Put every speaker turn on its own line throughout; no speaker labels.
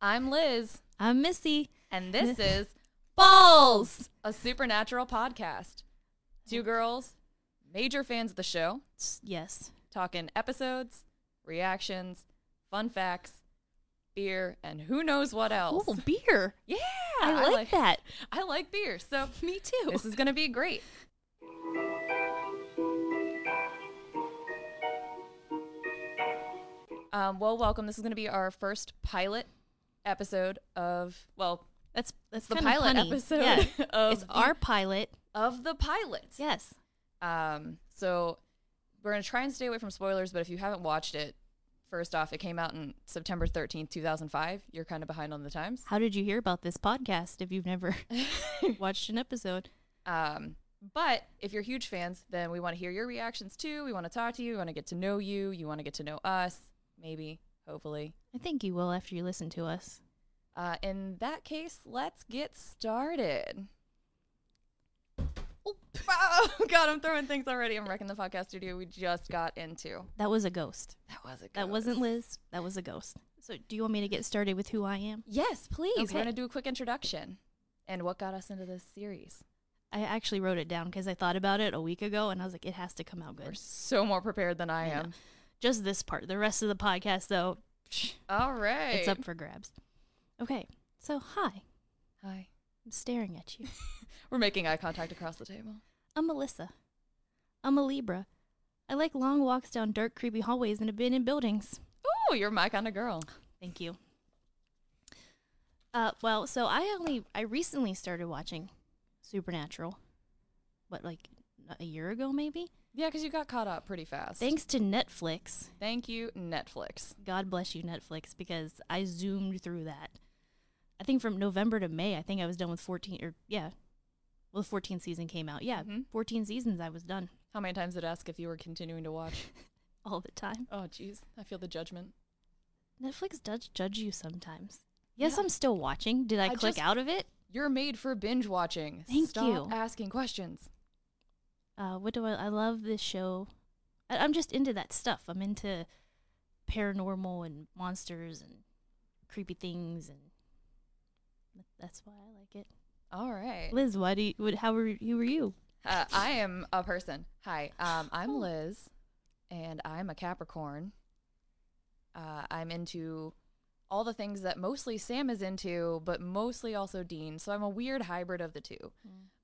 I'm Liz,
I'm Missy.
and this is Balls, a supernatural podcast. Two girls, major fans of the show,
S- Yes.
talking episodes, reactions, fun facts, beer, and who knows what else.
Oh, beer.
yeah,
I, like, that.
I like beer, so
Me too.
this is gonna be great. Um, well, welcome. This is going to be our first pilot episode of, well,
that's that's
the
kind of
pilot
funny.
episode
Yeah.
of
it's
the-
our pilot.
of the pilots.
Yes.
Um, so we're gonna try and stay away from spoilers, but if you haven't watched it, first off, it came out in September thirteenth, two thousand five. You're kind of behind on the times.
How did you hear about this podcast if you've never watched an episode?
Um, but if you're huge fans, then we want to hear your reactions too. We want to talk to you. We want to get to know you. You want to get to know us, maybe, hopefully.
I think you will after you listen to us.
Uh, in that case, let's get started. Oh, God, I'm throwing things already. I'm wrecking the podcast studio we just got into.
That was a ghost.
That was a
That wasn't Liz. That was a ghost. So, do you want me to get started with who I am?
Yes, please.
Okay.
We're going to do a quick introduction and what got us into this series.
I actually wrote it down because I thought about it a week ago and I was like, it has to come out
We're
good.
so more prepared than I
I know.
am.
Just this part. The rest of the podcast, though,
All right.
it's up for grabs. Okay. So, hi.
Hi.
I'm staring at you.
We're making eye contact across the table.
I'm Melissa. I'm a Libra. I like long walks down dark, creepy hallways and abandoned buildings.
Oh, you're my kind of girl.
Thank you. Uh, well, so I only I recently started watching Supernatural. What, like a year ago, maybe?
Yeah, because you got caught up pretty fast.
Thanks to Netflix.
Thank you, Netflix.
God bless you, Netflix, because I zoomed through that. I think from November to May, I think I was done with 14, or yeah. Well, the 14th season came out. Yeah,
Mhm.
14 seasons I was done
How many times did I ask if you were continuing to watch?
all the time.
Oh, jeez. I feel the judgment.
Netflix does judge you sometimes. Yes,
Yeah.
I'm still watching. Did I,
I
click
just-
out of it?
You're made for binge watching.
Thank
Stop
you.
asking questions.
Uh, what do I? I love this show. I, I'm just into that stuff. I'm into paranormal and monsters and creepy things, and th- that's why I like it.
All right.
Liz, why do you? What, how were you? Who were you?
Uh, I am a person. Hi, um, I'm
Oh.
Liz, and I'm a Capricorn. Uh, I'm into all the things that mostly Sam is into, but mostly also Dean. So I'm a weird hybrid of the two.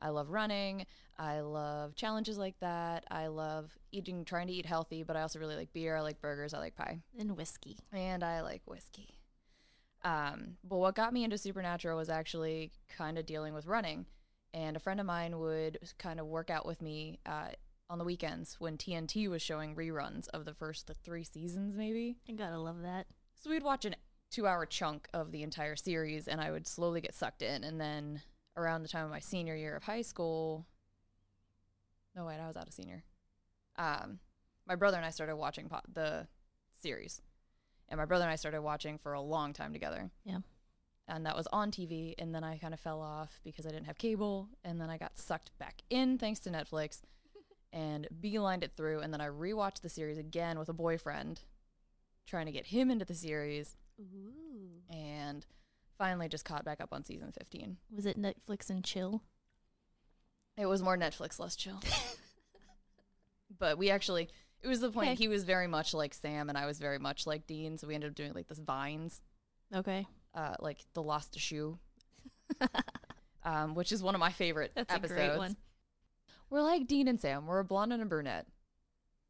I love running. I love challenges like that. I love eating, trying to eat healthy, but I also really like beer. I like burgers. I like pie
And whiskey.
and I like whiskey. Um, but what got me into Supernatural was actually kind of dealing with running. And a friend of mine would kind of work out with me uh, on the weekends when TNT was showing reruns of the first the three seasons, maybe.
I gotta love that.
So we'd watch an two hour chunk of the entire series, and I would slowly get sucked in. And then around the time of my senior year of high school, no, wait, I was out of senior. Um, my brother and I started watching po- the series, and my brother and I started watching for a long time together.
Yeah.
And that was on TV, and then I kind of fell off because I didn't have cable, and then I got sucked back in thanks to Netflix, and beelined it through, and then I rewatched the series again with a boyfriend, trying to get him into the series,
Ooh.
and finally just caught back up on season 15.
Was it Netflix and chill?
It was more Netflix, less chill. but we actually, it was the point
Okay.
he was very much like Sam and I was very much like Dean. So we ended up doing like this Vines,
Okay.
uh, like the Lost Shoe, um, which is one of my favorite
That's
episodes.
a great one.
We're like Dean and Sam. We're a blonde and a brunette.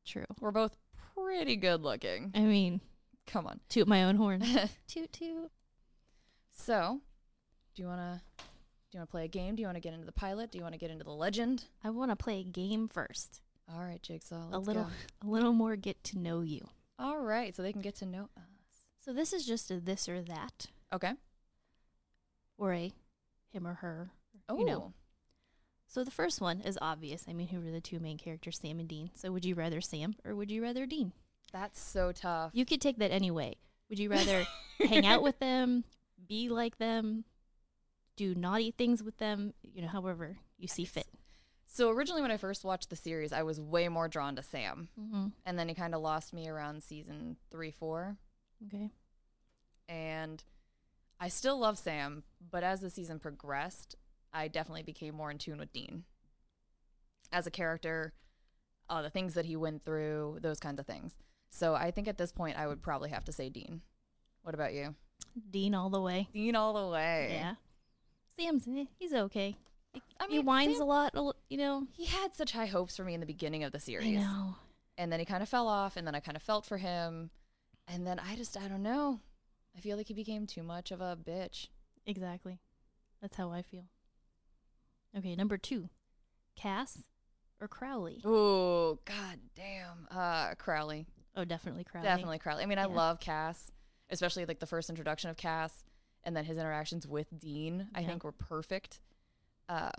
True.
We're both pretty good looking.
I mean,
Come on.
toot my own horn. toot toot.
So, do you want to. Do you want to play a game? Do you want to get into the pilot? Do you want to get into the legend?
I want to play a game first.
All right, Jigsaw.
a
Oh, let's
little,
go.
a little more get to know you.
All right, so they can get to know uh, us.
So this is just a this or that,
Okay.
or a him or her.
Oh,
You know. So the first one is obvious. I mean, who were the two main characters, Sam and Dean? So would you rather Sam or would you rather Dean?
that's so tough.
You could take that anyway. Would you rather hang out with them, be like them, do naughty things with them? You know, however you see fit.
So originally, when I first watched the series, I was way more drawn to Sam,
Mm-hmm.
and then he kind of lost me around season three, four,
Okay.
and I still love Sam, but as the season progressed, I definitely became more in tune with Dean as a character, uh, the things that he went through, those kinds of things. So I think at this point, I would probably have to say Dean. What about you?
Dean all the way.
Dean all the way.
Yeah. Sam's eh, he's okay.
I
he
mean,
whines
Sam-
a lot, a lo- you know.
He had such high hopes for me in the beginning of the
I
series.
know.
and then he kind of fell off and then i kind of felt for him and then i just i don't know i feel like he became too much of a bitch
Exactly. That's how I feel. Okay, number two, Cass or Crowley?
oh god damn uh crowley,
Oh, definitely Crowley.
definitely crowley i mean i
Yeah.
love cass especially like the first introduction of cass and then his interactions with dean i
Yeah.
think were perfect uh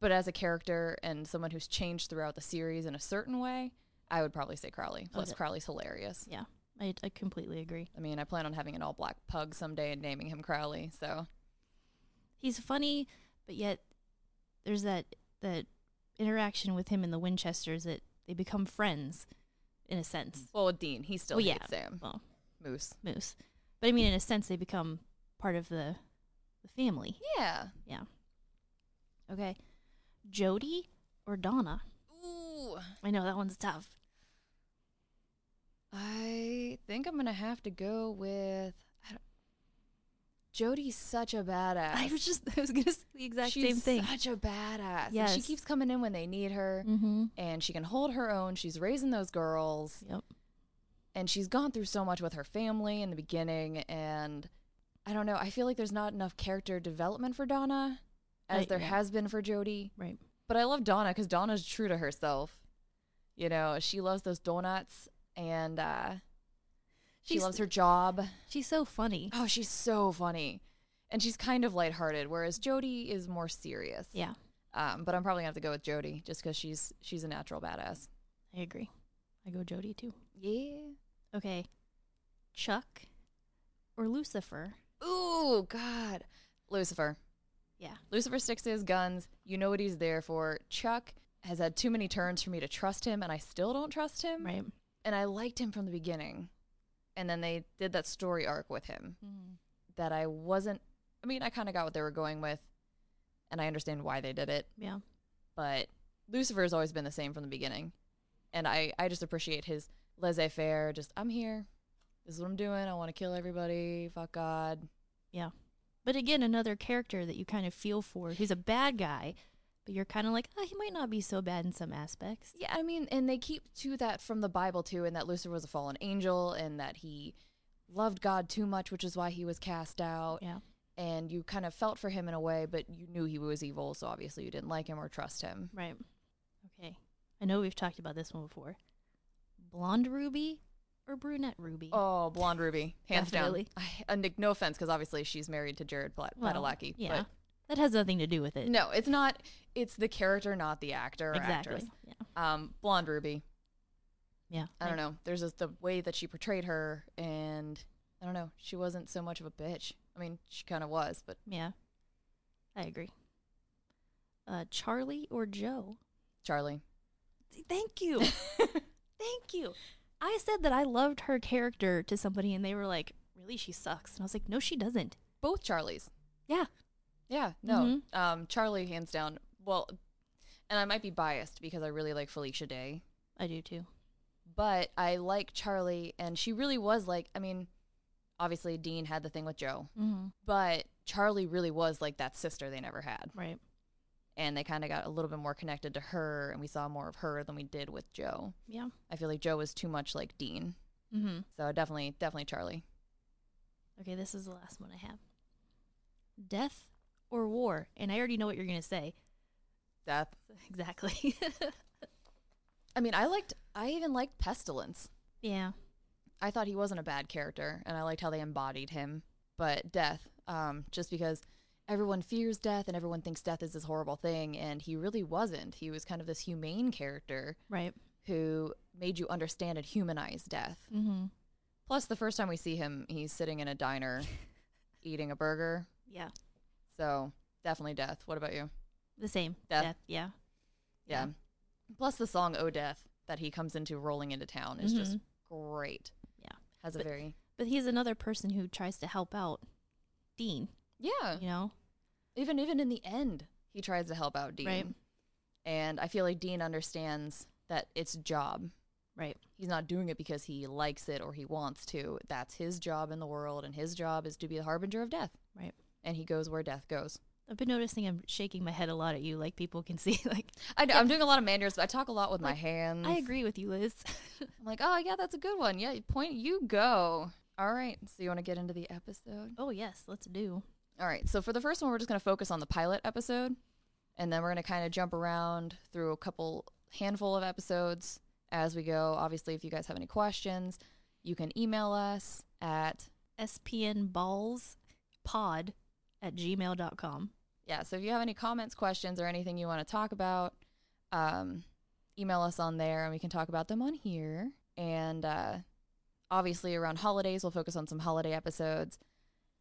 but as a character and someone who's changed throughout the series in a certain way i would probably say crowley plus
de-
crowley's hilarious
Yeah, I, I completely agree.
i mean i plan on having an all black pug someday and naming him crowley so
He's funny, but yet there's that that interaction with him and the Winchesters that they become friends, in a sense.
Well, with Dean, he still
Well,
hates
yeah.
Sam.
Well.
Moose.
Moose, but I mean, in a sense, they become part of the the family.
Yeah.
Okay, Jody or Donna?
Ooh.
I know that one's tough.
I think I'm gonna have to go with. I don't, Jody's such a badass.
I was just I was gonna say the exact
She's
same thing.
Such a badass. And she
Yes.
keeps coming in when they need her,
mm-hmm.
and she can hold her own. She's raising those girls,
Yep.
and she's gone through so much with her family in the beginning. And I don't know. I feel like there's not enough character development for Donna, as
Right,
there
yeah.
has been for Jody.
Right.
But I love Donna because Donna's true to herself. You know, she loves those donuts and uh, she
She's-
loves her job.
She's so funny.
Oh, she's so funny. And she's kind of lighthearted, whereas Jody is more serious.
Yeah,
Um, but I'm probably gonna have to go with Jody just because she's she's a natural badass.
I agree. I go Jody too.
Yeah.
Okay, Chuck or Lucifer?
Ooh, God. Lucifer.
Yeah.
Lucifer sticks to his guns. You know what he's there for. Chuck has had too many turns for me to trust him, and I still don't trust him.
Right.
and I liked him from the beginning. And then they did that story arc with him that I wasn't. I mean, I kind of got what they were going with, and I understand why they did it.
Yeah.
But Lucifer's always been the same from the beginning, and I I just appreciate his laissez faire. Just I'm here. This is what I'm doing. I want to kill everybody. Fuck God.
But again, another character that you kind of feel for, who's a bad guy, but you're kind of like, oh, he might not be so bad in some aspects.
Yeah, I mean, and they keep to that from the Bible too, and that Lucifer was a fallen angel, and that he loved God too much, which is why he was cast out.
Yeah.
and you kind of felt for him in a way, but you knew he was evil, so obviously you didn't like him or trust him.
Right. Okay. I know we've talked about this one before. Blonde Ruby or brunette Ruby?
Oh, blonde Ruby, hands
Definitely.
down. I, and like, no offense, because obviously she's married to Jared Plat-
Well,
Padalecki.
Yeah. That has nothing to do with
But
it.
no, it's not. It's the character, not the actor or
exactly.
actress.
Yeah.
Um, blonde Ruby.
Yeah.
I don't know. There's just the way that she portrayed her, and I don't know. She wasn't so much of a bitch. I mean, she kind of was, but
Yeah. I agree. Uh, Charlie or Joe?
Charlie.
Thank you. Thank you. I said that I loved her character to somebody, and they were like, really? She sucks. And I was like, no, she doesn't.
Both Charlies.
Yeah.
Yeah, no. Um, Charlie, hands down. Well, and I might be biased because I really like Felicia Day,
I do too.
but I like Charlie, and she really was like, I mean, obviously Dean had the thing with Joe,
Mm-hmm.
but Charlie really was like that sister they never had.
Right.
And they kind of got a little bit more connected to her, and we saw more of her than we did with Joe.
Yeah.
I feel like Joe was too much like Dean.
Mm-hmm.
So definitely, definitely Charlie.
Okay, this is the last one I have. Death or war? And I already know what you're going to say.
Death.
Exactly.
I mean, I liked, I even liked Pestilence.
yeah.
I thought he wasn't a bad character, and I liked how they embodied him. But death, um, just because everyone fears death and everyone thinks death is this horrible thing, and he really wasn't. He was kind of this humane character
Right.
who made you understand and humanize death.
Mm-hmm.
Plus, the first time we see him, he's sitting in a diner eating a burger.
Yeah.
So definitely death. What about you?
The same.
Death.
Yeah.
Yeah.
Yeah.
Plus the song "Oh Death" that he comes into rolling into town is just great.
Mm-hmm. Yeah.
Has a
But-
very
But he's another person who tries to help out Dean,
Yeah.
you know?
Even even in the end, he tries to help out Dean.
Right.
And I feel like Dean understands that it's job.
Right.
He's not doing it because he likes it or he wants to. That's his job in the world and his job is to be the harbinger of death.
Right.
And he goes where death goes.
I've been noticing I'm shaking my head a lot at you, like people can see. Like,
I know, I'm doing a lot of manners, but I talk a lot with my
Like,
hands.
I agree with you, Liz.
I'm like, oh yeah, that's a good one. Yeah, point you go. All right. So you want to get into the episode?
oh, yes, let's do.
All right. So for the first one, we're just going to focus on the pilot episode, and then we're going to kind of jump around through a couple handful of episodes as we go. Obviously, if you guys have any questions, you can email us at
spnballspod at gmail.com.
yeah. So if you have any comments, questions, or anything you want to talk about, um, email us on there, and we can talk about them on here. And uh, obviously, around holidays, we'll focus on some holiday episodes,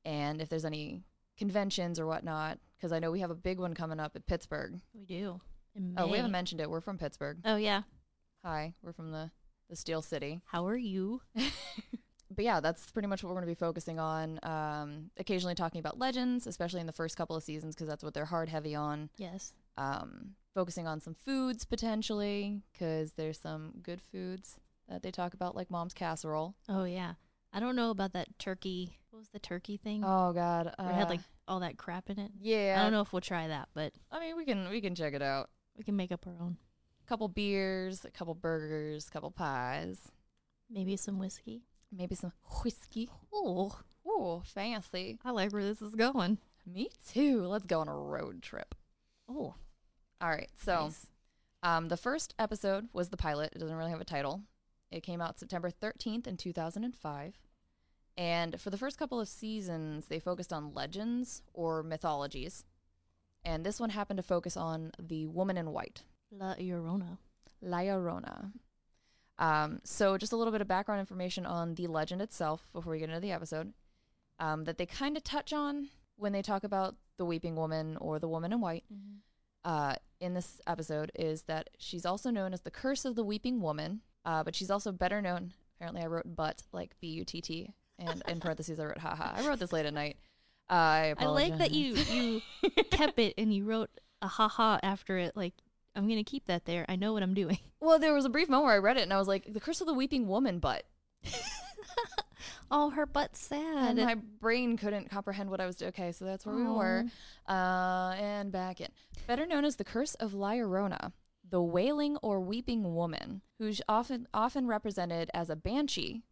and if there's any conventions or whatnot, because I know we have a big one coming up at Pittsburgh.
We do. In
Oh, we
May.
haven't mentioned it. We're from Pittsburgh.
Oh, yeah.
Hi, we're from the the Steel City.
How are you?
But yeah, that's pretty much what we're going to be focusing on. Um, occasionally talking about legends, especially in the first couple of seasons, because that's what they're hard heavy on.
Yes.
Um, focusing on some foods potentially, because there's some good foods that they talk about, like mom's casserole.
Oh, yeah. I don't know about that turkey. What was the turkey thing?
Oh God,
Where
uh,
it had like all that crap in it.
yeah.
I don't know if we'll try that, but
I mean, we can we can check it out.
we can make up our own.
A couple beers, a couple burgers, a couple pies,
Maybe some whiskey.
maybe some whiskey.
Oh,
Oh, fancy.
I like where this is going.
Me too. Let's go on a road trip.
Oh,
All right. So,
nice.
um, the first episode was the pilot. It doesn't really have a title. It came out September 13th in 2005. And for the first couple of seasons, they focused on legends or mythologies. And this one happened to focus on the woman in white,
La Llorona.
La Llorona. Um, so, just a little bit of background information on the legend itself before we get into the episode um, that they kind of touch on when they talk about the weeping woman or the woman in white
Mm-hmm.
uh, in this episode is that she's also known as the Curse of the Weeping Woman, uh, but she's also better known. Apparently, I wrote "but" like B U T T, and in parentheses, I wrote "haha." I wrote this late at night. I,
I like that you
apologize.
you kept it and you wrote a haha after it. Like I'm gonna keep that there. I know what I'm doing.
well, there was a brief moment where I read it and I was like, "The Curse of the Weeping Woman," but
oh, her butt's
and
sad.
my brain couldn't comprehend what I was. Okay, so that's where we were, uh, and back in. Better known as the Curse of Lyrona. The wailing or weeping woman, who's often often represented as a banshee,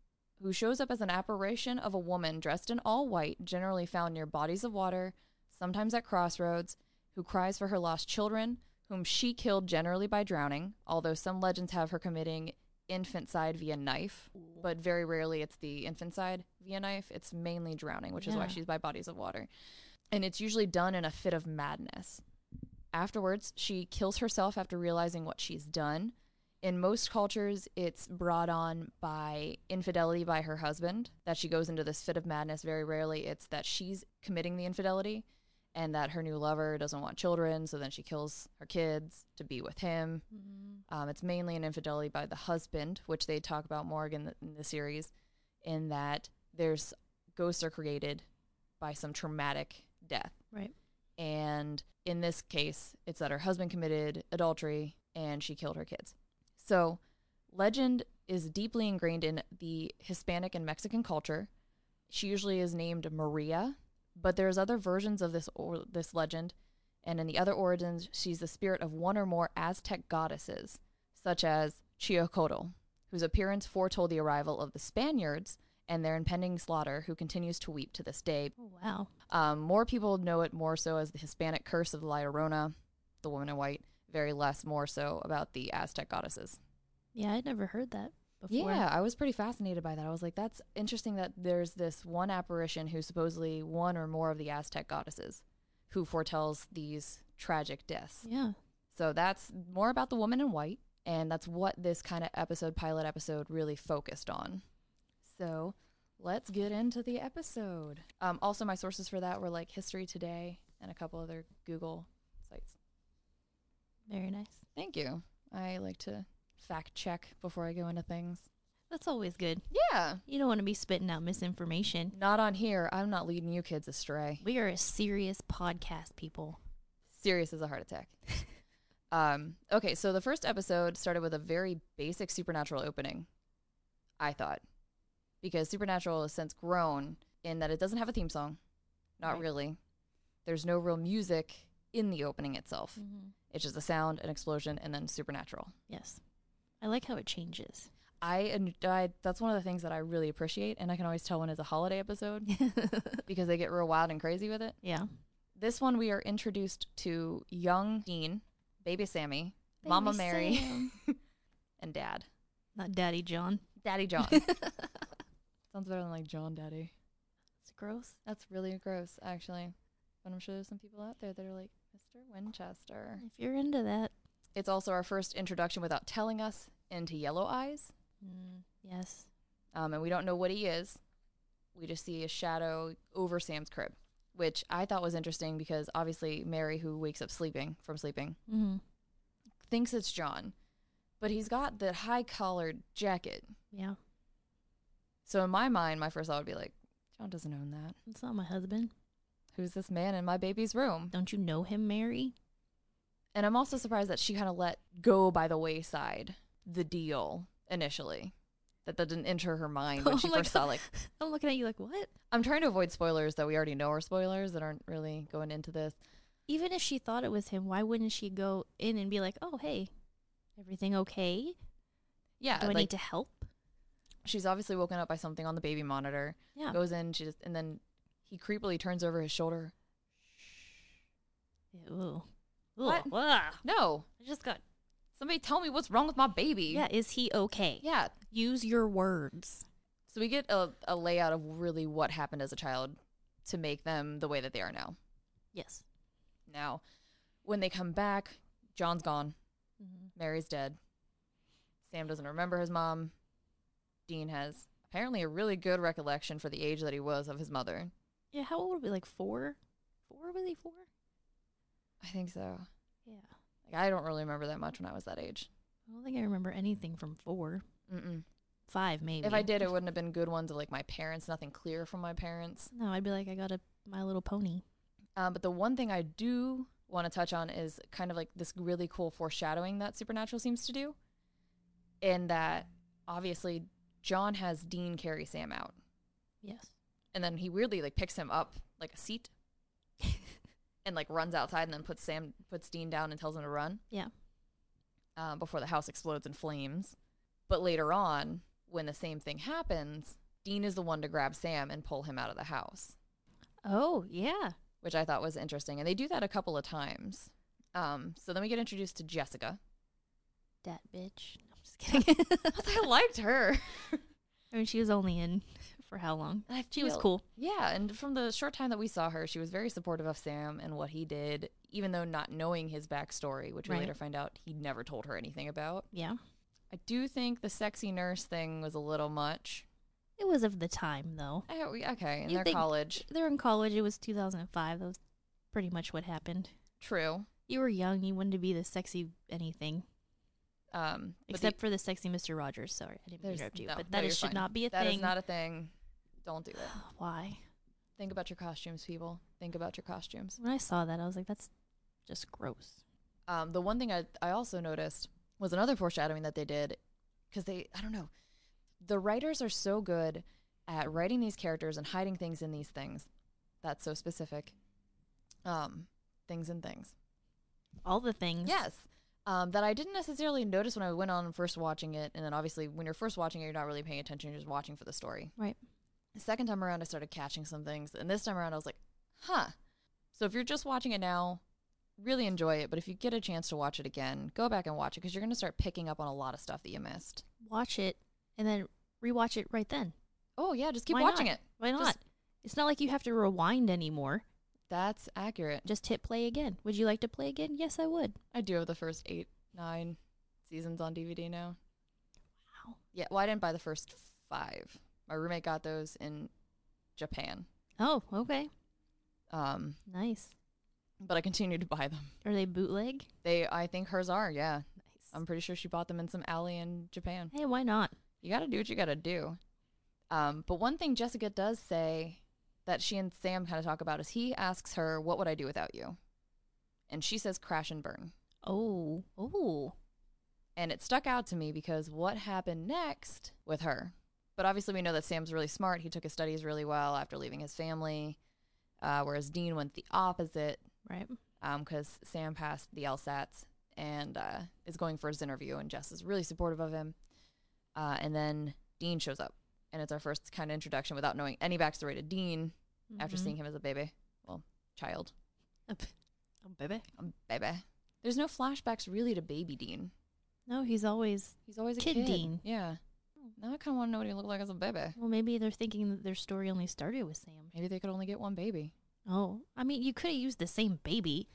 who shows up as an apparition of a woman dressed in all white, generally found near bodies of water, sometimes at crossroads, who cries for her lost children, whom she killed generally by drowning, although some legends have her committing infanticide via knife, but very rarely it's the infanticide via knife. It's mainly drowning, which is why
Yeah.
she's by bodies of water. And it's usually done in a fit of madness. Afterwards, she kills herself after realizing what she's done. In most cultures, it's brought on by infidelity by her husband that she goes into this fit of madness. Very rarely, it's that she's committing the infidelity and that her new lover doesn't want children, so then she kills her kids to be with him. Um, it's mainly an infidelity by the husband, which they talk about more in the, in the series, in that there's ghosts are created by some traumatic death.
Right.
And in this case, it's that her husband committed adultery and she killed her kids. So, legend is deeply ingrained in the Hispanic and Mexican culture. She usually is named Maria, but there's other versions of this or this legend, and in the other origins, she's the spirit of one or more Aztec goddesses, such as Chiocotl, whose appearance foretold the arrival of the Spaniards and their impending slaughter, who continues to weep to this day
Oh wow.
um, more people know it more so as the Hispanic curse of La Llorona, the woman in white, very less more so about the Aztec goddesses.
Yeah, I'd never heard that before.
Yeah, I was pretty fascinated by that. I was like, that's interesting that there's this one apparition who's supposedly one or more of the Aztec goddesses who foretells these tragic deaths.
Yeah.
So that's more about the woman in white, and that's what this kind of episode, pilot episode, really focused on. So let's get into the episode. Um, also, my sources for that were like History Today and a couple other Google sites.
Very nice.
Thank you. I like to fact check before I go into things.
That's always good.
Yeah.
You don't want to be spitting out misinformation.
Not on here. I'm not leading you kids astray.
We are a serious podcast, people.
serious as a heart attack. um, okay, so the first episode started with a very basic supernatural opening, I thought, because supernatural has since grown in that it doesn't have a theme song, not
Right.
really. There's no real music in the opening itself.
Mm. Mm-hmm.
It's just a sound, an explosion, and then supernatural.
Yes. I like how it changes.
I, and I that's one of the things that I really appreciate, and I can always tell when it's a holiday episode because they get real wild and crazy with it.
yeah.
This one we are introduced to young Dean, baby Sammy, Mama Mary,
Sam.
and Dad.
Not Daddy John.
Daddy John. Sounds better than like John Daddy.
It's gross.
That's really gross, actually. But I'm sure there's some people out there that are like, Mr. Winchester.
If you're into that.
It's also our first introduction without telling us into Yellow Eyes.
Mm, yes.
Um, and we don't know what he is. We just see a shadow over Sam's crib, which I thought was interesting because obviously Mary, who wakes up sleeping from sleeping,
Mm-hmm.
thinks it's John. But he's got the high collared jacket.
Yeah.
So in my mind, my first thought would be like, John doesn't own that.
It's not my husband.
Who's this man in my baby's room?
Don't you know him, Mary?
And I'm also surprised that she kind of let go by the wayside the deal initially. That that didn't enter her mind when
Oh
she
my
first
God.
saw like
I'm looking at you like, what?
I'm trying to avoid spoilers that we already know are spoilers that aren't really going into this.
Even if she thought it was him, why wouldn't she go in and be like, oh, hey, everything okay?
Yeah,
Do I
like
need to help?
she's obviously woken up by something on the baby monitor.
Yeah.
Goes in, she just and then he creepily turns over his shoulder.
Ew.
What?
Ew. Ah,
No,
I just got.
somebody tell me what's wrong with my baby.
Yeah, is he okay?
yeah.
Use your words.
So we get a, a layout of really what happened as a child to make them the way that they are now.
Yes.
Now, when they come back, John's gone. Mary's dead. Sam doesn't remember his mom. Dean has apparently a really good recollection for the age that he was of his mother.
Yeah, how old were we? Like four? Four? Was he four?
I think so.
Yeah.
Like I don't really remember that much when I was that age.
I don't think I remember anything from four.
Mm-mm.
Five, maybe.
If I did, it wouldn't have been good ones of like my parents. Nothing clear from my parents.
No, I'd be like, I got a My Little Pony.
Um, but the one thing I do want to touch on is kind of like this really cool foreshadowing that Supernatural seems to do, in that obviously John has Dean carry Sam out.
Yes.
and then he weirdly like picks him up like a seat and like runs outside and then puts sam puts dean down and tells him to run
Yeah.
uh, before the house explodes in flames but later on when the same thing happens dean is the one to grab sam and pull him out of the house
Oh, yeah.
which i thought was interesting and they do that a couple of times um, so then we get introduced to jessica
That bitch. No, I'm just kidding.
i liked her
I mean, she was only in for how long?
I
She was
feel-
cool.
Yeah, and from the short time that we saw her, she was very supportive of Sam and what he did, even though not knowing his backstory, which we
Right.
later find out he never told her anything about.
Yeah.
I do think the sexy nurse thing was a little much.
It was of the time, though.
I, we- okay, in
You
their
think-
college,
They're in college. It was 2005. That was pretty much what happened.
true.
You were young. You wanted to be the sexy anything,
Um, but the-
except for the sexy Mr. Rogers. Sorry, I didn't mean
there's-
to interrupt you.
no,
but
no,
that
you're
is, should
fine.
not be a
That
thing.
is not a thing. Don't do it.
Why?
Think about your costumes, people. Think about your costumes.
When I saw that, I was like, that's just gross.
Um, the one thing I, I also noticed was another foreshadowing that they did because they, I don't know, the writers are so good at writing these characters and hiding things in these things. That's so specific. Um, things and things.
All the things.
Yes. Um, that I didn't necessarily notice when I went on first watching it. And then obviously, when you're first watching it, you're not really paying attention. You're just watching for the story.
Right.
The second time around, I started catching some things. And this time around, I was like, huh. So if you're just watching it now, really enjoy it. But if you get a chance to watch it again, go back and watch it because you're going to start picking up on a lot of stuff that you missed.
Watch it and then rewatch it right then.
Oh, yeah. Just keep
Why
watching
not?
it.
Why not?
Just-
it's not like you have to rewind anymore.
That's accurate.
Just hit play again. Would you like to play again? Yes, I would.
I do have the first eight, nine seasons on DVD now.
Wow.
Yeah. Well, I didn't buy the first five. My roommate got those in Japan.
Oh, okay.
Um,
Nice.
but I continue to buy them.
Are they bootleg?
They, I think hers are. Yeah.
Nice.
I'm pretty sure she bought them in some alley in Japan.
hey, why not?
you got to do what you got to do. Um, but one thing Jessica does say that she and Sam kind of talk about is he asks her, What would I do without you? And she says, Crash and burn.
Oh, oh,
And it stuck out to me because what happened next with her? But obviously, we know that Sam's really smart. He took his studies really well after leaving his family, uh, whereas Dean went the opposite
right.
because um, Sam passed the LSATs and uh, is going for his interview, and Jess is really supportive of him. Uh, and then Dean shows up, and it's our first kind of introduction without knowing any backstory to Dean after
Mhm.
seeing him as a baby, well, child,
Oh, p- oh, baby.
a baby. There's no flashbacks really to baby Dean.
No, he's always.
He's always a
Kid
kid.
Dean.
Yeah. Now I kind of want to know what he looked like as a baby.
Well, maybe they're thinking that their story only started with Sam.
Maybe they could only get one baby.
Oh, I mean, you could have used the same baby.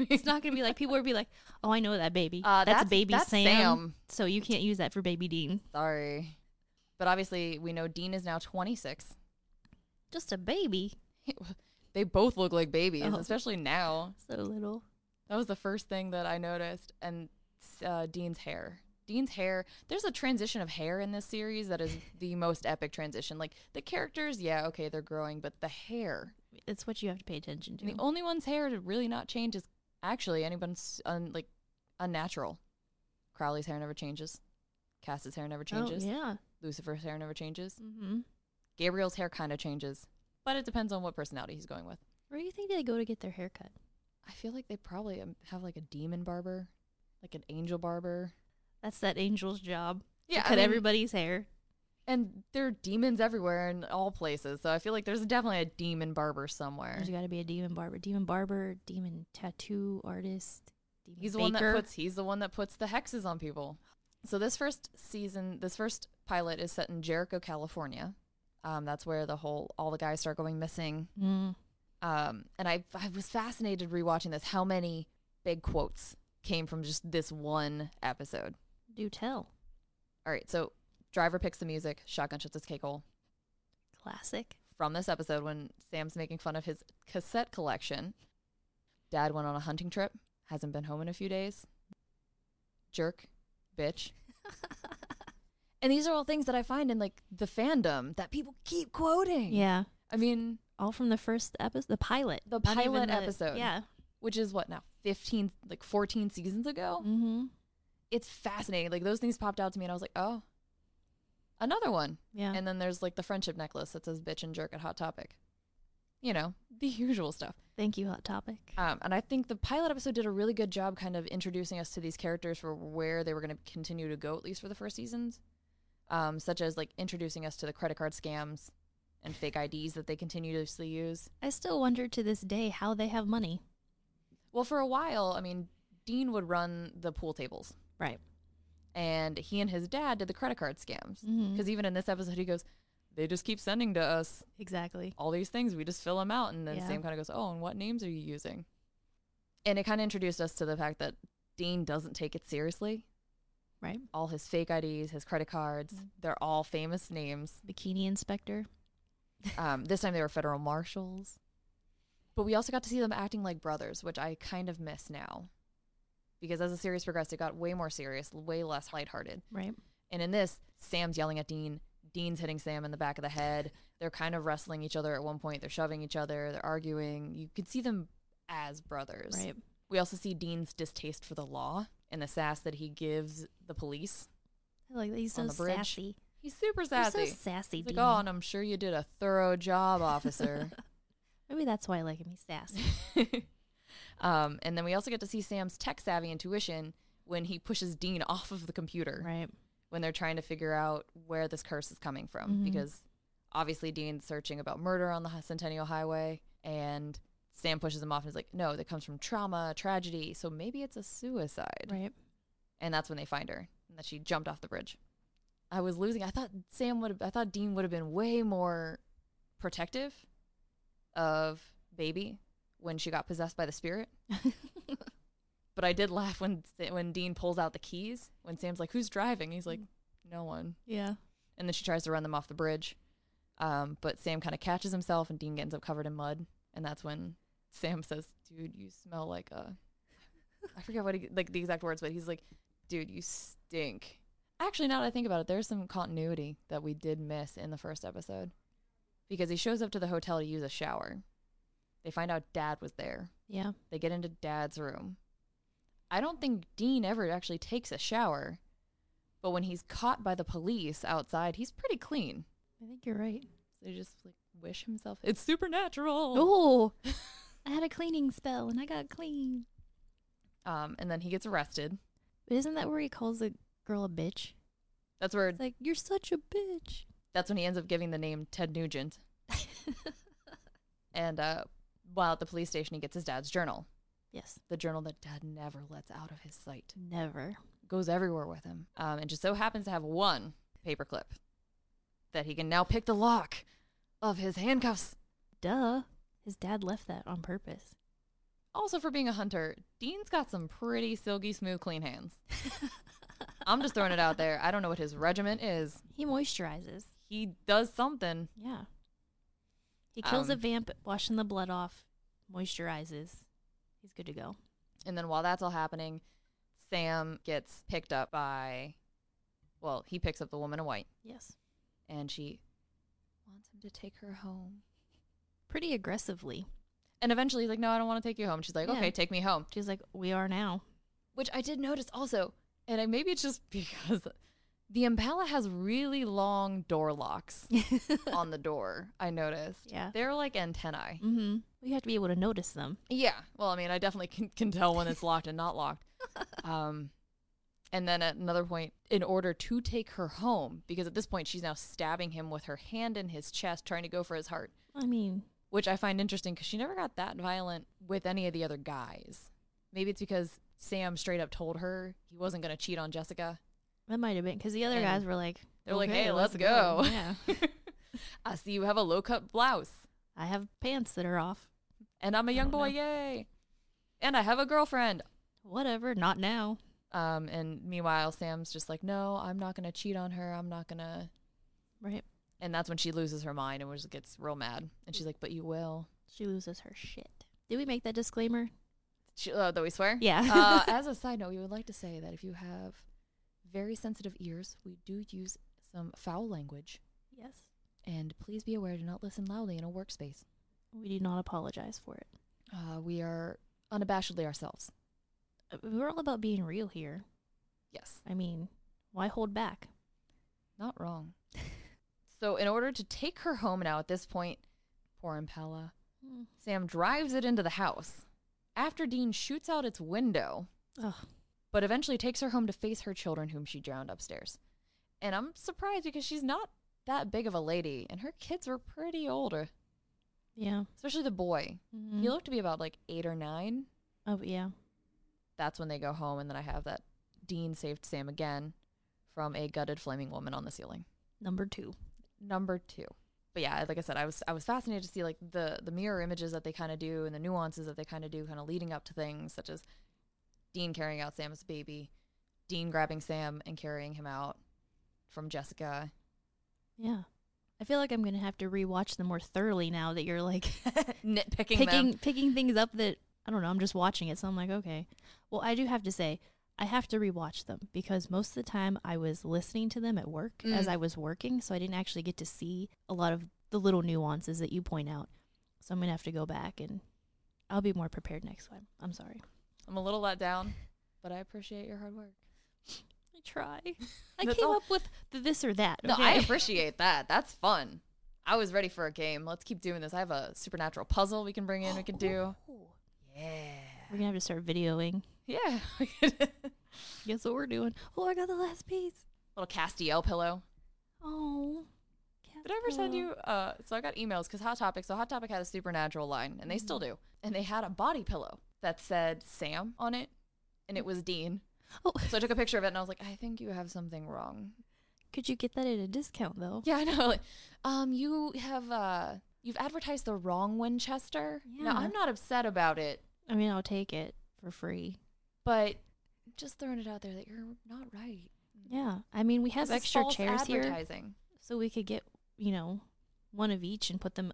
It's not going to be like people would be like, "Oh, I know that baby.
Uh,
that's,
that's-
baby
that's
Sam,
Sam.
So you can't use that for baby Dean.
Sorry. But obviously, we know Dean is now 26.
Just a baby.
They both look like babies,
Oh.
especially now.
So little.
That was the first thing that I noticed. And uh, Dean's hair. Dean's hair. There's a transition of hair in this series that is the most epic transition. Like the characters, yeah, okay, they're growing, but the hair.
It's what you have to pay attention to. Oh,
And the only one's hair to really not change is actually anyone's un, like unnatural. Crowley's hair never changes. Cass's hair never changes.
Oh, yeah.
Lucifer's hair never changes.
Mm-hmm.
Gabriel's hair kind of changes, but it depends on what personality he's going with.
Where do you think they go to get their hair cut?
I feel like they probably um, have like a demon barber, like an angel barber.
That's that angel's job.
Yeah,
to
I
cut
mean-
everybody's hair.
And there are demons everywhere in all places. So I feel like there's definitely a demon barber somewhere.
There's got to be a demon barber, demon barber, demon tattoo artist, demon
He's the
baker.
one that puts he's the one that puts the hexes on people. So this first season, this first pilot is set in Jericho, California. Um, that's where the whole all the guys start going missing.
Mm.
Um, and I I was fascinated rewatching this. How many big quotes came from just this one episode?
Do tell.
All right, so driver picks the music. Shotgun shuts his cake hole
Classic.
from this episode when Sam's making fun of his cassette collection. Dad went on a hunting trip. Hasn't been home in a few days. Jerk, bitch. And these are all things that I find in like the fandom that people keep quoting.
yeah.
I mean,
All from the first episode, the pilot.
The
Not even
pilot
the-
episode.
Yeah.
which is what now, 15, like 14 seasons ago?
Mm-hmm.
It's fascinating. Like those things popped out to me and I was like, oh, another one.
Yeah.
And then there's like the friendship necklace that says bitch and jerk at Hot Topic. You know, the usual stuff.
Thank you, Hot Topic.
Um, and I think the pilot episode did a really good job kind of introducing us to these characters for where they were going to continue to go, at least for the first seasons, um, such as like introducing us to the credit card scams and fake IDs that they continuously use.
I still wonder to this day how they have money.
Well, for a while, I mean, Dean would run the pool tables,
Right.
and he and his dad did the credit card scams. Because
Mhm.
even in this episode, he goes, They just keep sending to us
Exactly.
all these things. We just fill them out. And then
Yeah.
Sam kind of goes, Oh, and what names are you using? And it kind of introduced us to the fact that Dean doesn't take it seriously.
Right.
All his fake IDs, his credit cards,
Mm.
they're all famous names.
Bikini inspector.
Um, this time they were federal marshals. But we also got to see them acting like brothers, which I kind of miss now. Because as the series progressed, it got way more serious, way less lighthearted.
Right.
And in this, Sam's yelling at Dean. Dean's hitting Sam in the back of the head. They're kind of wrestling each other at one point. They're shoving each other. They're arguing. You could see them as brothers.
Right.
We also see Dean's distaste for the law and the sass that he gives the police.
I like that. He's so
On the bridge.
sassy.
He's super
You're
sassy.
so sassy,
He's like,
Dean.
oh, and I'm sure you did a thorough job, officer.
Maybe that's why I like him. He's sassy.
um, and then we also get to see Sam's tech savvy intuition when he pushes Dean off of the computer.
right.
when they're trying to figure out where this curse is coming from
Mhm.
because obviously Dean's searching about murder on the Hi- Centennial Highway and Sam pushes him off and is like, no, that comes from trauma, tragedy. So maybe it's a suicide.
Right.
And that's when they find her and that she jumped off the bridge. I was losing. I thought Sam would have, I thought Dean would have been way more protective of baby when she got possessed by the spirit. But I did laugh when, Sa- when Dean pulls out the keys, when Sam's like, who's driving? He's like, no one
yeah.
and then she tries to run them off the bridge. Um, but Sam kind of catches himself, and Dean ends up covered in mud. And that's when Sam says, "Dude, you smell like a." I forget what he, like the exact words, but he's like, "Dude, you stink." Actually, now that I think about it, there's some continuity that we did miss in the first episode because he shows up to the hotel to use a shower. They find out dad was there.
Yeah.
They get into dad's room. I don't think Dean ever actually takes a shower, but when he's caught by the police outside, he's pretty clean.
I think you're right.
So he just like wish himself. It's supernatural.
Oh, I had a cleaning spell and I got clean.
Um, and then he gets arrested.
But isn't that where he calls the girl a bitch?
That's where.
It's like, you're such a bitch.
That's when he ends up giving the name Ted Nugent. And uh, while at the police station, he gets his dad's journal.
yes.
The journal that dad never lets out of his sight.
Never.
Goes everywhere with him. Um, and just so happens to have one paperclip that he can now pick the lock of his handcuffs.
Duh. His dad left that on purpose.
Also, for being a hunter, Dean's got some pretty silky, smooth, clean hands. I'm just throwing it out there. I don't know what his regiment is.
He moisturizes.
He does something.
Yeah. He kills a
Um,
vamp, washing the blood off, moisturizes. He's good to go.
And then while that's all happening, Sam gets picked up by, well, he picks up the woman in white
Yes.
and she wants him to take her home.
Pretty aggressively.
And eventually he's like, No, I don't want to take you home. She's like,
Yeah.
Okay, take me home.
She's like, we are now.
Which I did notice also. And I, maybe it's just because the Impala has really long door locks
Mm-hmm.
on the door, I noticed.
Yeah.
They're like antennae.
Mm-hmm. We have to be able to notice them.
Yeah. Well, I mean, I definitely can, can tell when it's locked and not locked. Um, and then at another point, in order to take her home, because at this point she's now stabbing him with her hand in his chest, trying to go for his heart,
I mean,
which I find interesting because she never got that violent with any of the other guys. Maybe it's because Sam straight up told her he wasn't going to cheat on Jessica.
that might have been because the other
And
guys were like,
They're like,
"Okay,
hey, let's, go.
Yeah.
I see you have a low cut blouse,
I have pants that are off.
and I'm a
I
young
don't
boy,
know.
yay. And I have a girlfriend.
Whatever. Not now.
Um, and meanwhile, Sam's just like, no, I'm not going to cheat on her. I'm not going to.
Right.
And that's when she loses her mind and just gets real mad. And she's like, but you will.
She loses her shit. Did we make that disclaimer?
She, uh, though we swear?
Yeah.
uh, as a side note, we would like to say that if you have very sensitive ears, we do use some foul language.
yes.
And please be aware to not listen loudly in a workspace.
We do not apologize for it.
Uh, we are unabashedly ourselves.
Uh, We're all about being real here.
Yes.
I mean, why hold back?
Not wrong. so, in order to take her home now at this point, poor Impala,
Mm.
Sam drives it into the house. After Dean shoots out its window,
Ugh.
but eventually takes her home to face her children, whom she drowned upstairs. And I'm surprised because she's not that big of a lady, and her kids were pretty older,
Yeah.
especially the boy.
Mhm.
He looked to be about like eight or nine.
Oh, yeah.
That's when they go home, and then I have that Dean saved Sam again from a gutted flaming woman on the ceiling.
Number two.
Number two. But yeah, like I said, I was I was fascinated to see like the the mirror images that they kind of do and the nuances that they kind of do, kind of leading up to things such as Dean carrying out Sam's baby, Dean grabbing Sam and carrying him out from Jessica,
Yeah. I feel like I'm going to have to rewatch them more thoroughly now that you're like
nitpicking
picking
them.
picking things up that I don't know, I'm just watching it so I'm like, okay. Well, I do have to say I have to rewatch them because most of the time I was listening to them at work as
Mm.
I was working, so I didn't actually get to see a lot of the little nuances that you point out. So I'm going to have to go back and I'll be more prepared next time. I'm sorry.
I'm a little let down, but I appreciate your hard work.
I try. I
That's
came
all-
up with the this or that.
No, I
okay?
appreciate that. That's fun. I was ready for a game. Let's keep doing this. I have a supernatural puzzle we can bring in. We can do.
Ooh.
Yeah.
We're going to have to start videoing.
Yeah.
Guess what we're doing? Oh, I got the last piece.
little Castiel pillow.
Oh.
Did I ever send
Capo.
you? Uh, so I got emails because Hot Topic. So Hot Topic had a supernatural line, and they still
Mm-hmm.
do. And they had a body pillow that said Sam on it, and it was Dean.
Oh,
So I took a picture of it, and I was like, I think you have something wrong.
could you get that at a discount though?
Yeah, I know. Like, um, you have uh, you've advertised the wrong Winchester.
Yeah.
Now I'm not upset about it,
I mean, I'll take it for free.
but just throwing it out there that you're not right.
Yeah. I mean, we have
This is
extra
false
chairs here,
advertising.
so we could get, you know, one of each and put them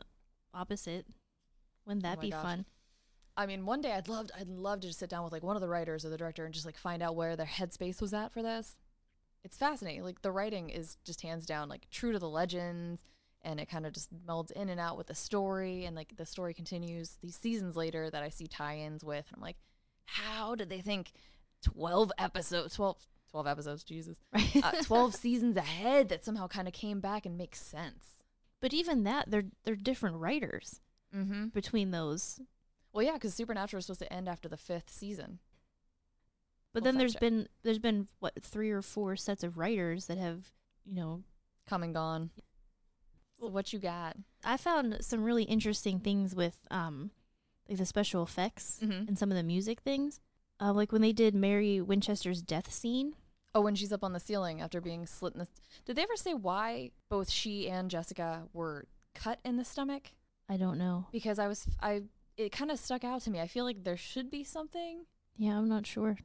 opposite. Wouldn't
Oh
that
my
be
gosh.
fun?
I mean, one day I'd love I'd love to just sit down with like one of the writers or the director and just like find out where their headspace was at for this. it's fascinating. Like the writing is just hands down like true to the legends and it kind of just melds in and out with the story and like the story continues these seasons later that I see tie-ins with and I'm like how did they think 12 episodes 12 12 episodes Jesus
Right.
uh, 12 seasons ahead that somehow kind of came back and makes sense.
but even that, they're they're different writers
Mhm.
between those.
Well yeah, cuz Supernatural is supposed to end after the 5th season.
But
Well,
then
fact
there's
check.
been there's been what three or four sets of writers that have you know
Come and gone. So what you got?
I found some really interesting things with um, like the special effects
Mhm.
and some of the music things. Uh, like when they did Mary Winchester's death scene,
Oh, when she's up on the ceiling after being slit in the. Did they ever say why both she and Jessica were cut in the stomach?
I don't know.
Because I was I it kind of stuck out to me. I feel like there should be something.
Yeah, I'm not sure.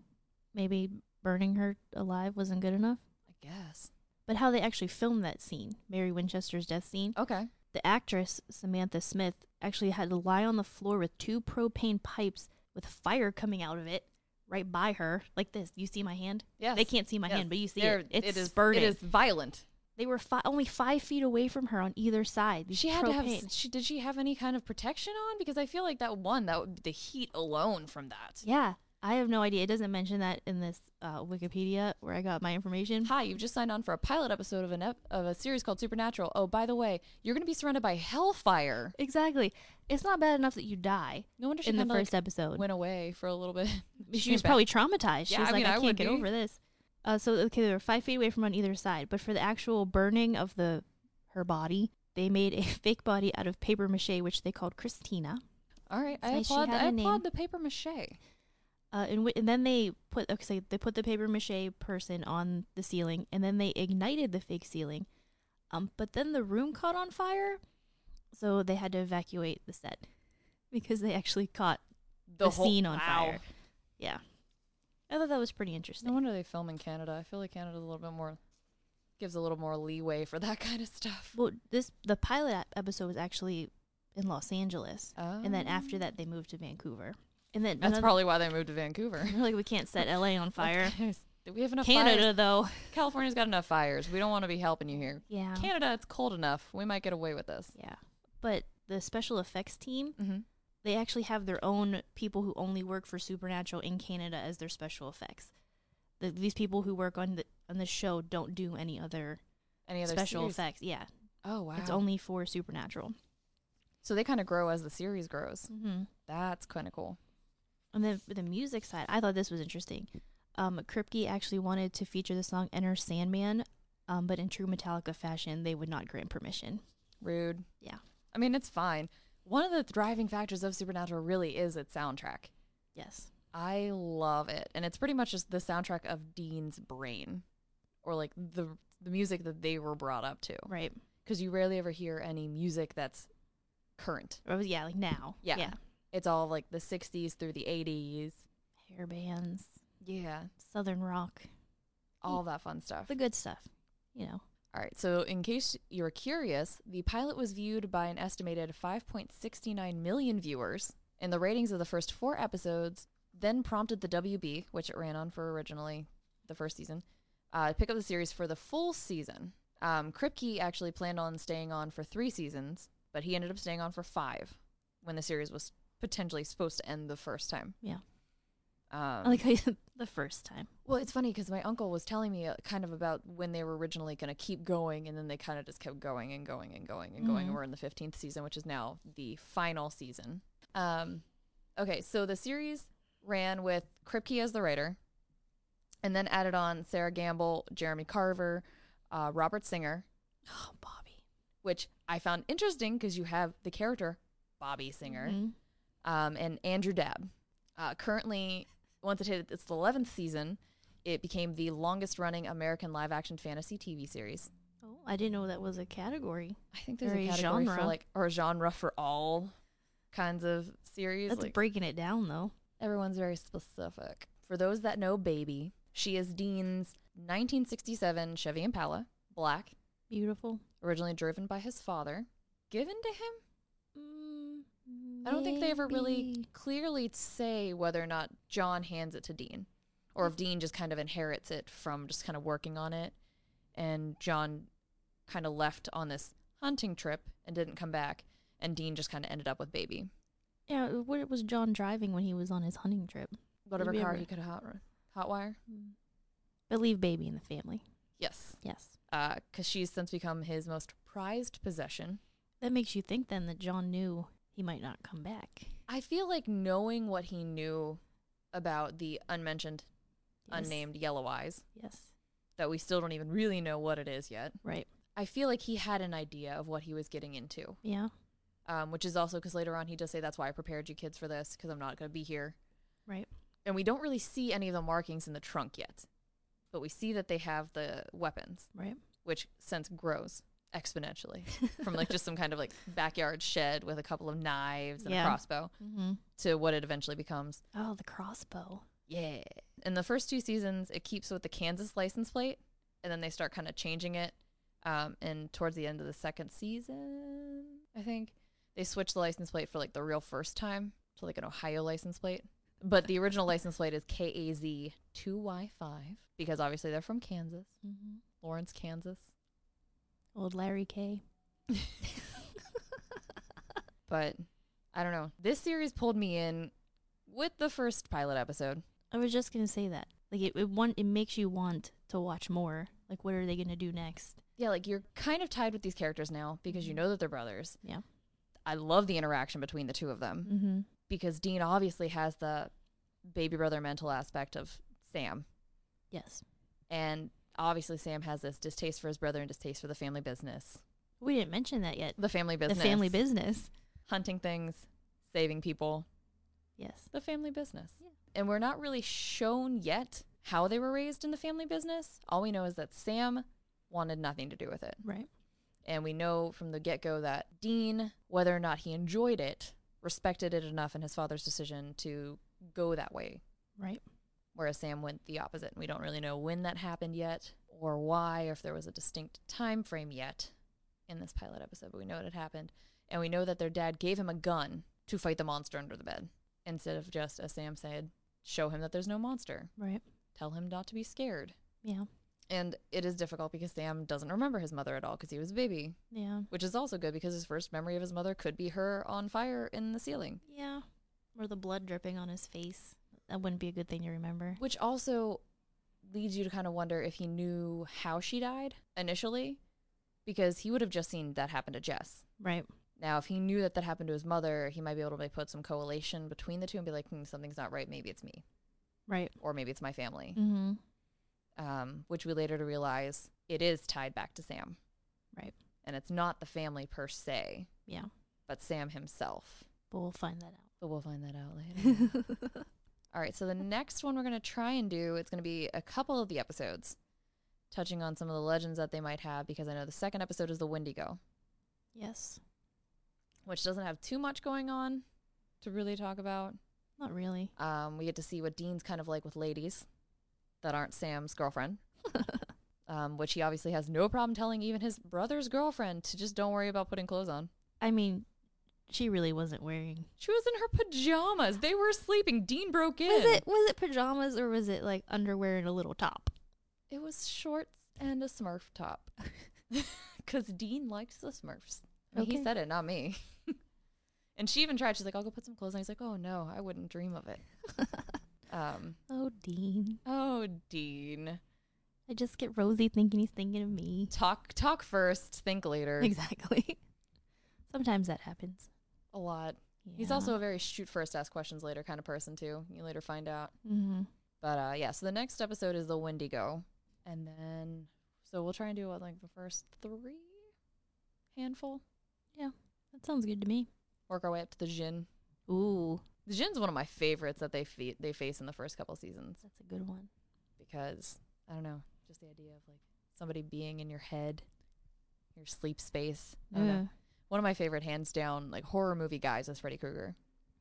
Maybe burning her alive wasn't good enough.
I guess.
But how they actually filmed that scene, Mary Winchester's death scene,
Okay.
the actress Samantha Smith actually had to lie on the floor with two propane pipes with fire coming out of it right by her, like this. You see my hand?
Yes.
They can't see my
Yes.
hand, but you see
There-
it. It's
it is
spurting.
It is violent.
They were fi- only five feet away from her on either side. These
She had to have.
propane-
s- She did she have any kind of protection on? Because I feel like that one that would the heat alone from that.
Yeah, I have no idea. It doesn't mention that in this uh, Wikipedia where I got my information.
Hi, you've just signed on for a pilot episode of an ep- of a series called Supernatural. Oh, by the way, you're going to be surrounded by hellfire.
Exactly. It's not bad enough that you die
No wonder she
in the
kinda, like,
first episode.
went away for a little bit.
she
came
was
back.
probably traumatized. she
Yeah,
was
I
like,
mean,
I
I
can't
would
get
be.
over this. Uh, so okay, they were five feet away from on either side, but for the actual burning of the her body, they made a fake body out of paper mache, which they called Christina.
All right,
So
I
she
applaud.
had
I
a name.
applaud the paper mache.
Uh, and, w- and then they put okay, so they put the paper mache person on the ceiling, and then they ignited the fake ceiling. Um, but then the room caught on fire, so they had to evacuate the set because they actually caught. The scene on fire. Yeah, I thought that was pretty
No
interesting.
wonder they film in Canada. I feel like Canada's a little bit more gives a little more leeway for that kind of stuff.
Well, this the pilot ep- episode was actually in Los Angeles, and then after that they moved to Vancouver, and then
Oh. that's
another-
probably why they moved to Vancouver.
they're like we can't set LA on fire.
Do we have enough
Canada
fires?
though,
California's got enough fires. We don't want to be helping you here.
yeah,
Canada, it's cold enough. We might get away with this.
yeah. But the special effects team
Mm-hmm.
they actually have their own people who only work for Supernatural in Canada as their special effects. The, these people who work on the on the show don't do any other,
Any other
special
series?
effects. Yeah,
Oh wow!
it's only for Supernatural.
so they kind of grow as the series grows.
Mm-hmm.
That's kind of cool.
And then for the music side, I thought this was interesting. Um, Kripke actually wanted to feature the song "Enter Sandman," um, but in true Metallica fashion, they would not grant permission.
Rude.
Yeah.
I mean, it's fine. One of the driving factors of Supernatural really is its soundtrack.
Yes.
I love it. And it's pretty much just the soundtrack of Dean's brain or like the the music that they were brought up to
Right.
cuz you rarely ever hear any music that's current.
Or, yeah, like now.
Yeah. It's all like the 60s through the 80s.
Hair bands,
Yeah,
Southern rock,
all that fun stuff.
the good stuff. You know.
All right. So, in case you're curious, the pilot was viewed by an estimated 5.69 million viewers, and the ratings of the first four episodes then prompted the WB, which it ran on for originally the first season, uh, to pick up the series for the full season. Um, Kripke actually planned on staying on for three seasons, but he ended up staying on for five when the series was potentially supposed to end the first time.
Yeah.
Um,
I like how you said the first time.
well, it's funny because my uncle was telling me uh, kind of about when they were originally going to keep going, and then they kind of just kept going and going and going and going.
Mhm.
And we're in the 15th season, which is now the final season. Um, okay, so the series ran with Kripke as the writer, and then added on Sarah Gamble, Jeremy Carver, uh, Robert Singer,
Oh, Bobby.
which I found interesting because you have the character Bobby Singer
Mhm.
um, and Andrew Dabb. Uh, currently, once it hit its 11th season, it became the longest running American live action fantasy TV series.
Oh, I didn't know that was a category.
I think there's
Or a
a category for
genre.
like, or a genre for all kinds of series.
That's
like,
breaking it down, though.
everyone's very specific. For those that know Baby, she is Dean's 1967 Chevy Impala, black,
Beautiful.
originally driven by his father, given to him
Mm,
I don't think they ever really
maybe.
clearly say whether or not John hands it to Dean or if Dean just kind of inherits it from just kind of working on it. And John kind of left on this hunting trip and didn't come back. And Dean just kind of ended up with baby.
Yeah, what was John driving when he was on his hunting trip?
Whatever
Maybe
car
ever-
he could hot, hotwire.
Hmm. But leave baby in the family.
Yes.
Yes.
Because she's since become his most prized possession.
That makes you think then that John knew he might not come back.
I feel like knowing what he knew about the unmentioned,
Yes.
unnamed yellow eyes,
Yes.
that we still don't even really know what it is yet,
Right.
I feel like he had an idea of what he was getting into.
Yeah.
um, which is also because later on he does say that's why I prepared you kids for this because I'm not going to be here.
Right.
And we don't really see any of the markings in the trunk yet, but we see that they have the weapons,
Right.
which since grows exponentially from like just some kind of like backyard shed with a couple of knives and
Yeah.
a crossbow
Mm-hmm.
to what it eventually becomes.
Oh, the crossbow.
Yeah. In the first two seasons, it keeps with the Kansas license plate, and then they start kind of changing it. Um, and towards the end of the second season, I think they switch the license plate for like the real first time to like an Ohio license plate. But the original license plate is KAZ 2Y5 because obviously they're from Kansas,
Mm-hmm.
Lawrence, Kansas.
Old Larry K.
But I don't know. This series pulled me in with the first pilot episode.
I was just gonna say that. Like it, it want it makes you want to watch more. Like what are they gonna do next?
Yeah, like you're kind of tied with these characters now because you
Mhm.
know that they're brothers.
Yeah.
I love the interaction between the two of them
Mm-hmm.
because Dean obviously has the baby brother mental aspect of Sam.
Yes.
And obviously, Sam has this distaste for his brother and distaste for the family business.
We didn't mention that yet.
The family business.
The family business.
Hunting things, saving people.
Yes.
The family business. And we're not really shown yet how they were raised in the family business. All we know is that Sam wanted nothing to do with it.
Right.
And we know from the get go that Dean, whether or not he enjoyed it, respected it enough in his father's decision to go that way.
Right.
Whereas Sam went the opposite. And we don't really know when that happened yet or why, or if there was a distinct time frame yet in this pilot episode, but we know it had happened. And we know that their dad gave him a gun to fight the monster under the bed instead of just, as Sam said, show him that there's no monster,
Right.
tell him not to be scared.
Yeah.
And it is difficult because Sam doesn't remember his mother at all because he was a baby
Yeah.
which is also good because his first memory of his mother could be her on fire in the ceiling,
Yeah. Or the blood dripping on his face. That wouldn't be a good thing to remember.
which also leads you to kind of wonder if he knew how she died initially, because he would have just seen that happen to Jess.
Right.
Now, if he knew that that happened to his mother, he might be able to like, put some correlation between the two and be like, hmm, something's not right. Maybe it's me,
Right.
or maybe it's my family.
Mm-hmm.
Um, which we later to realize it is tied back to Sam,
Right.
and it's not the family per se,
Yeah.
but Sam himself.
But we'll find that
But we'll find that out later.
out.
All right, so the next one we're going to try and do, it's going to be a couple of the episodes touching on some of the legends that they might have because I know the second episode is the Wendigo,
yes.
which doesn't have too much going on to really talk about.
Not really.
Um, we get to see what Dean's kind of like with ladies that aren't Sam's girlfriend, um, which he obviously has no problem telling even his brother's girlfriend to just don't worry about putting clothes on.
I mean, she really wasn't wearing.
She was in her pajamas. They were sleeping. Dean broke in.
Was it was it pajamas or was it like underwear and a little top?
It was shorts and a Smurf top. Because Dean likes the Smurfs. I mean,
Okay.
He said it, not me. and she even tried. She's like, I'll go put some clothes on. He's like, oh, no, I wouldn't dream of it. um,
Oh, Dean.
oh, Dean.
I just get Rosie thinking he's thinking of me.
Talk, talk first, think later.
Exactly. Sometimes that happens.
A lot. He's
Yeah.
also a very shoot first, ask questions later kind of person, too. You later find out.
Mhm.
But uh, yeah, so the next episode is the Wendigo. And then, so we'll try and do what, like the first three handful?
That sounds good to me.
Work our way up to the Jin.
Ooh,
The Jin's one of my favorites that they fe- they face in the first couple seasons
that's a good one.
because I don't know, just the idea of like somebody being in your head, your sleep space. I don't know.
Uh,
One of my favorite, hands down, like horror movie guys is Freddy Krueger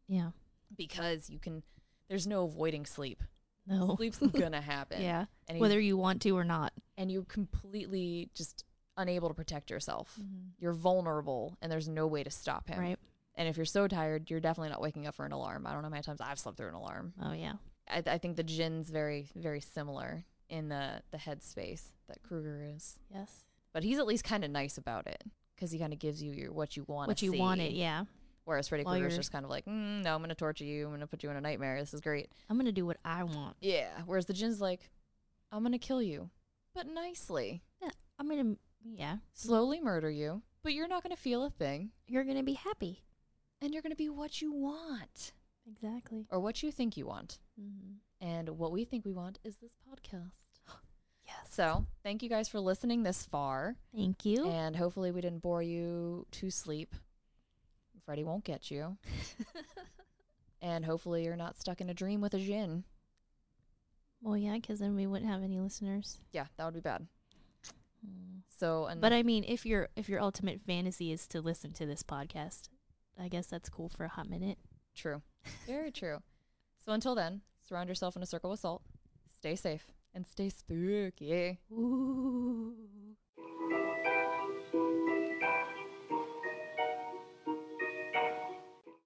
yeah.
because you can. There's no avoiding sleep.
No.
Sleep's gonna happen.
Oh. yeah.
and you,
Whether you want to or not.
and you're completely just unable to protect yourself. You're vulnerable, and there's no way to stop him.
Mm-hmm. Right.
And if you're so tired, you're definitely not waking up for an alarm. I don't know how many times I've slept through an alarm.
Oh yeah.
I, I think the Jin's very very similar in the the headspace that Kruger is,
Yes.
but he's at least kind of nice about it because he kind of gives you your what you want.
What you wanted, yeah.
Whereas Freddy
While
Krueger's
you're-
just kind of like, mm, no, I'm gonna torture you. I'm gonna put you in a nightmare. This is great.
I'm gonna do what I want.
Yeah. Whereas the Jin's like, I'm gonna kill you, but nicely,
I'm gonna yeah.
slowly murder you, but you're not gonna feel a thing,
You're gonna be happy.
and you're gonna be what you want
Exactly.
or what you think you want.
Mm-hmm.
And what we think we want is this podcast.
Yes.
So, thank you guys for listening this far.
Thank you.
And hopefully, we didn't bore you to sleep. Freddy won't get you. and hopefully, you're not stuck in a dream with a Jin.
Well, yeah, because then we wouldn't have any listeners.
Yeah, that would be bad. So, and
But I mean, if your if your ultimate fantasy is to listen to this podcast, I guess that's cool for a hot minute.
true. Very true. So, until then, surround yourself in a circle with salt, stay safe, and stay spooky.
Ooh.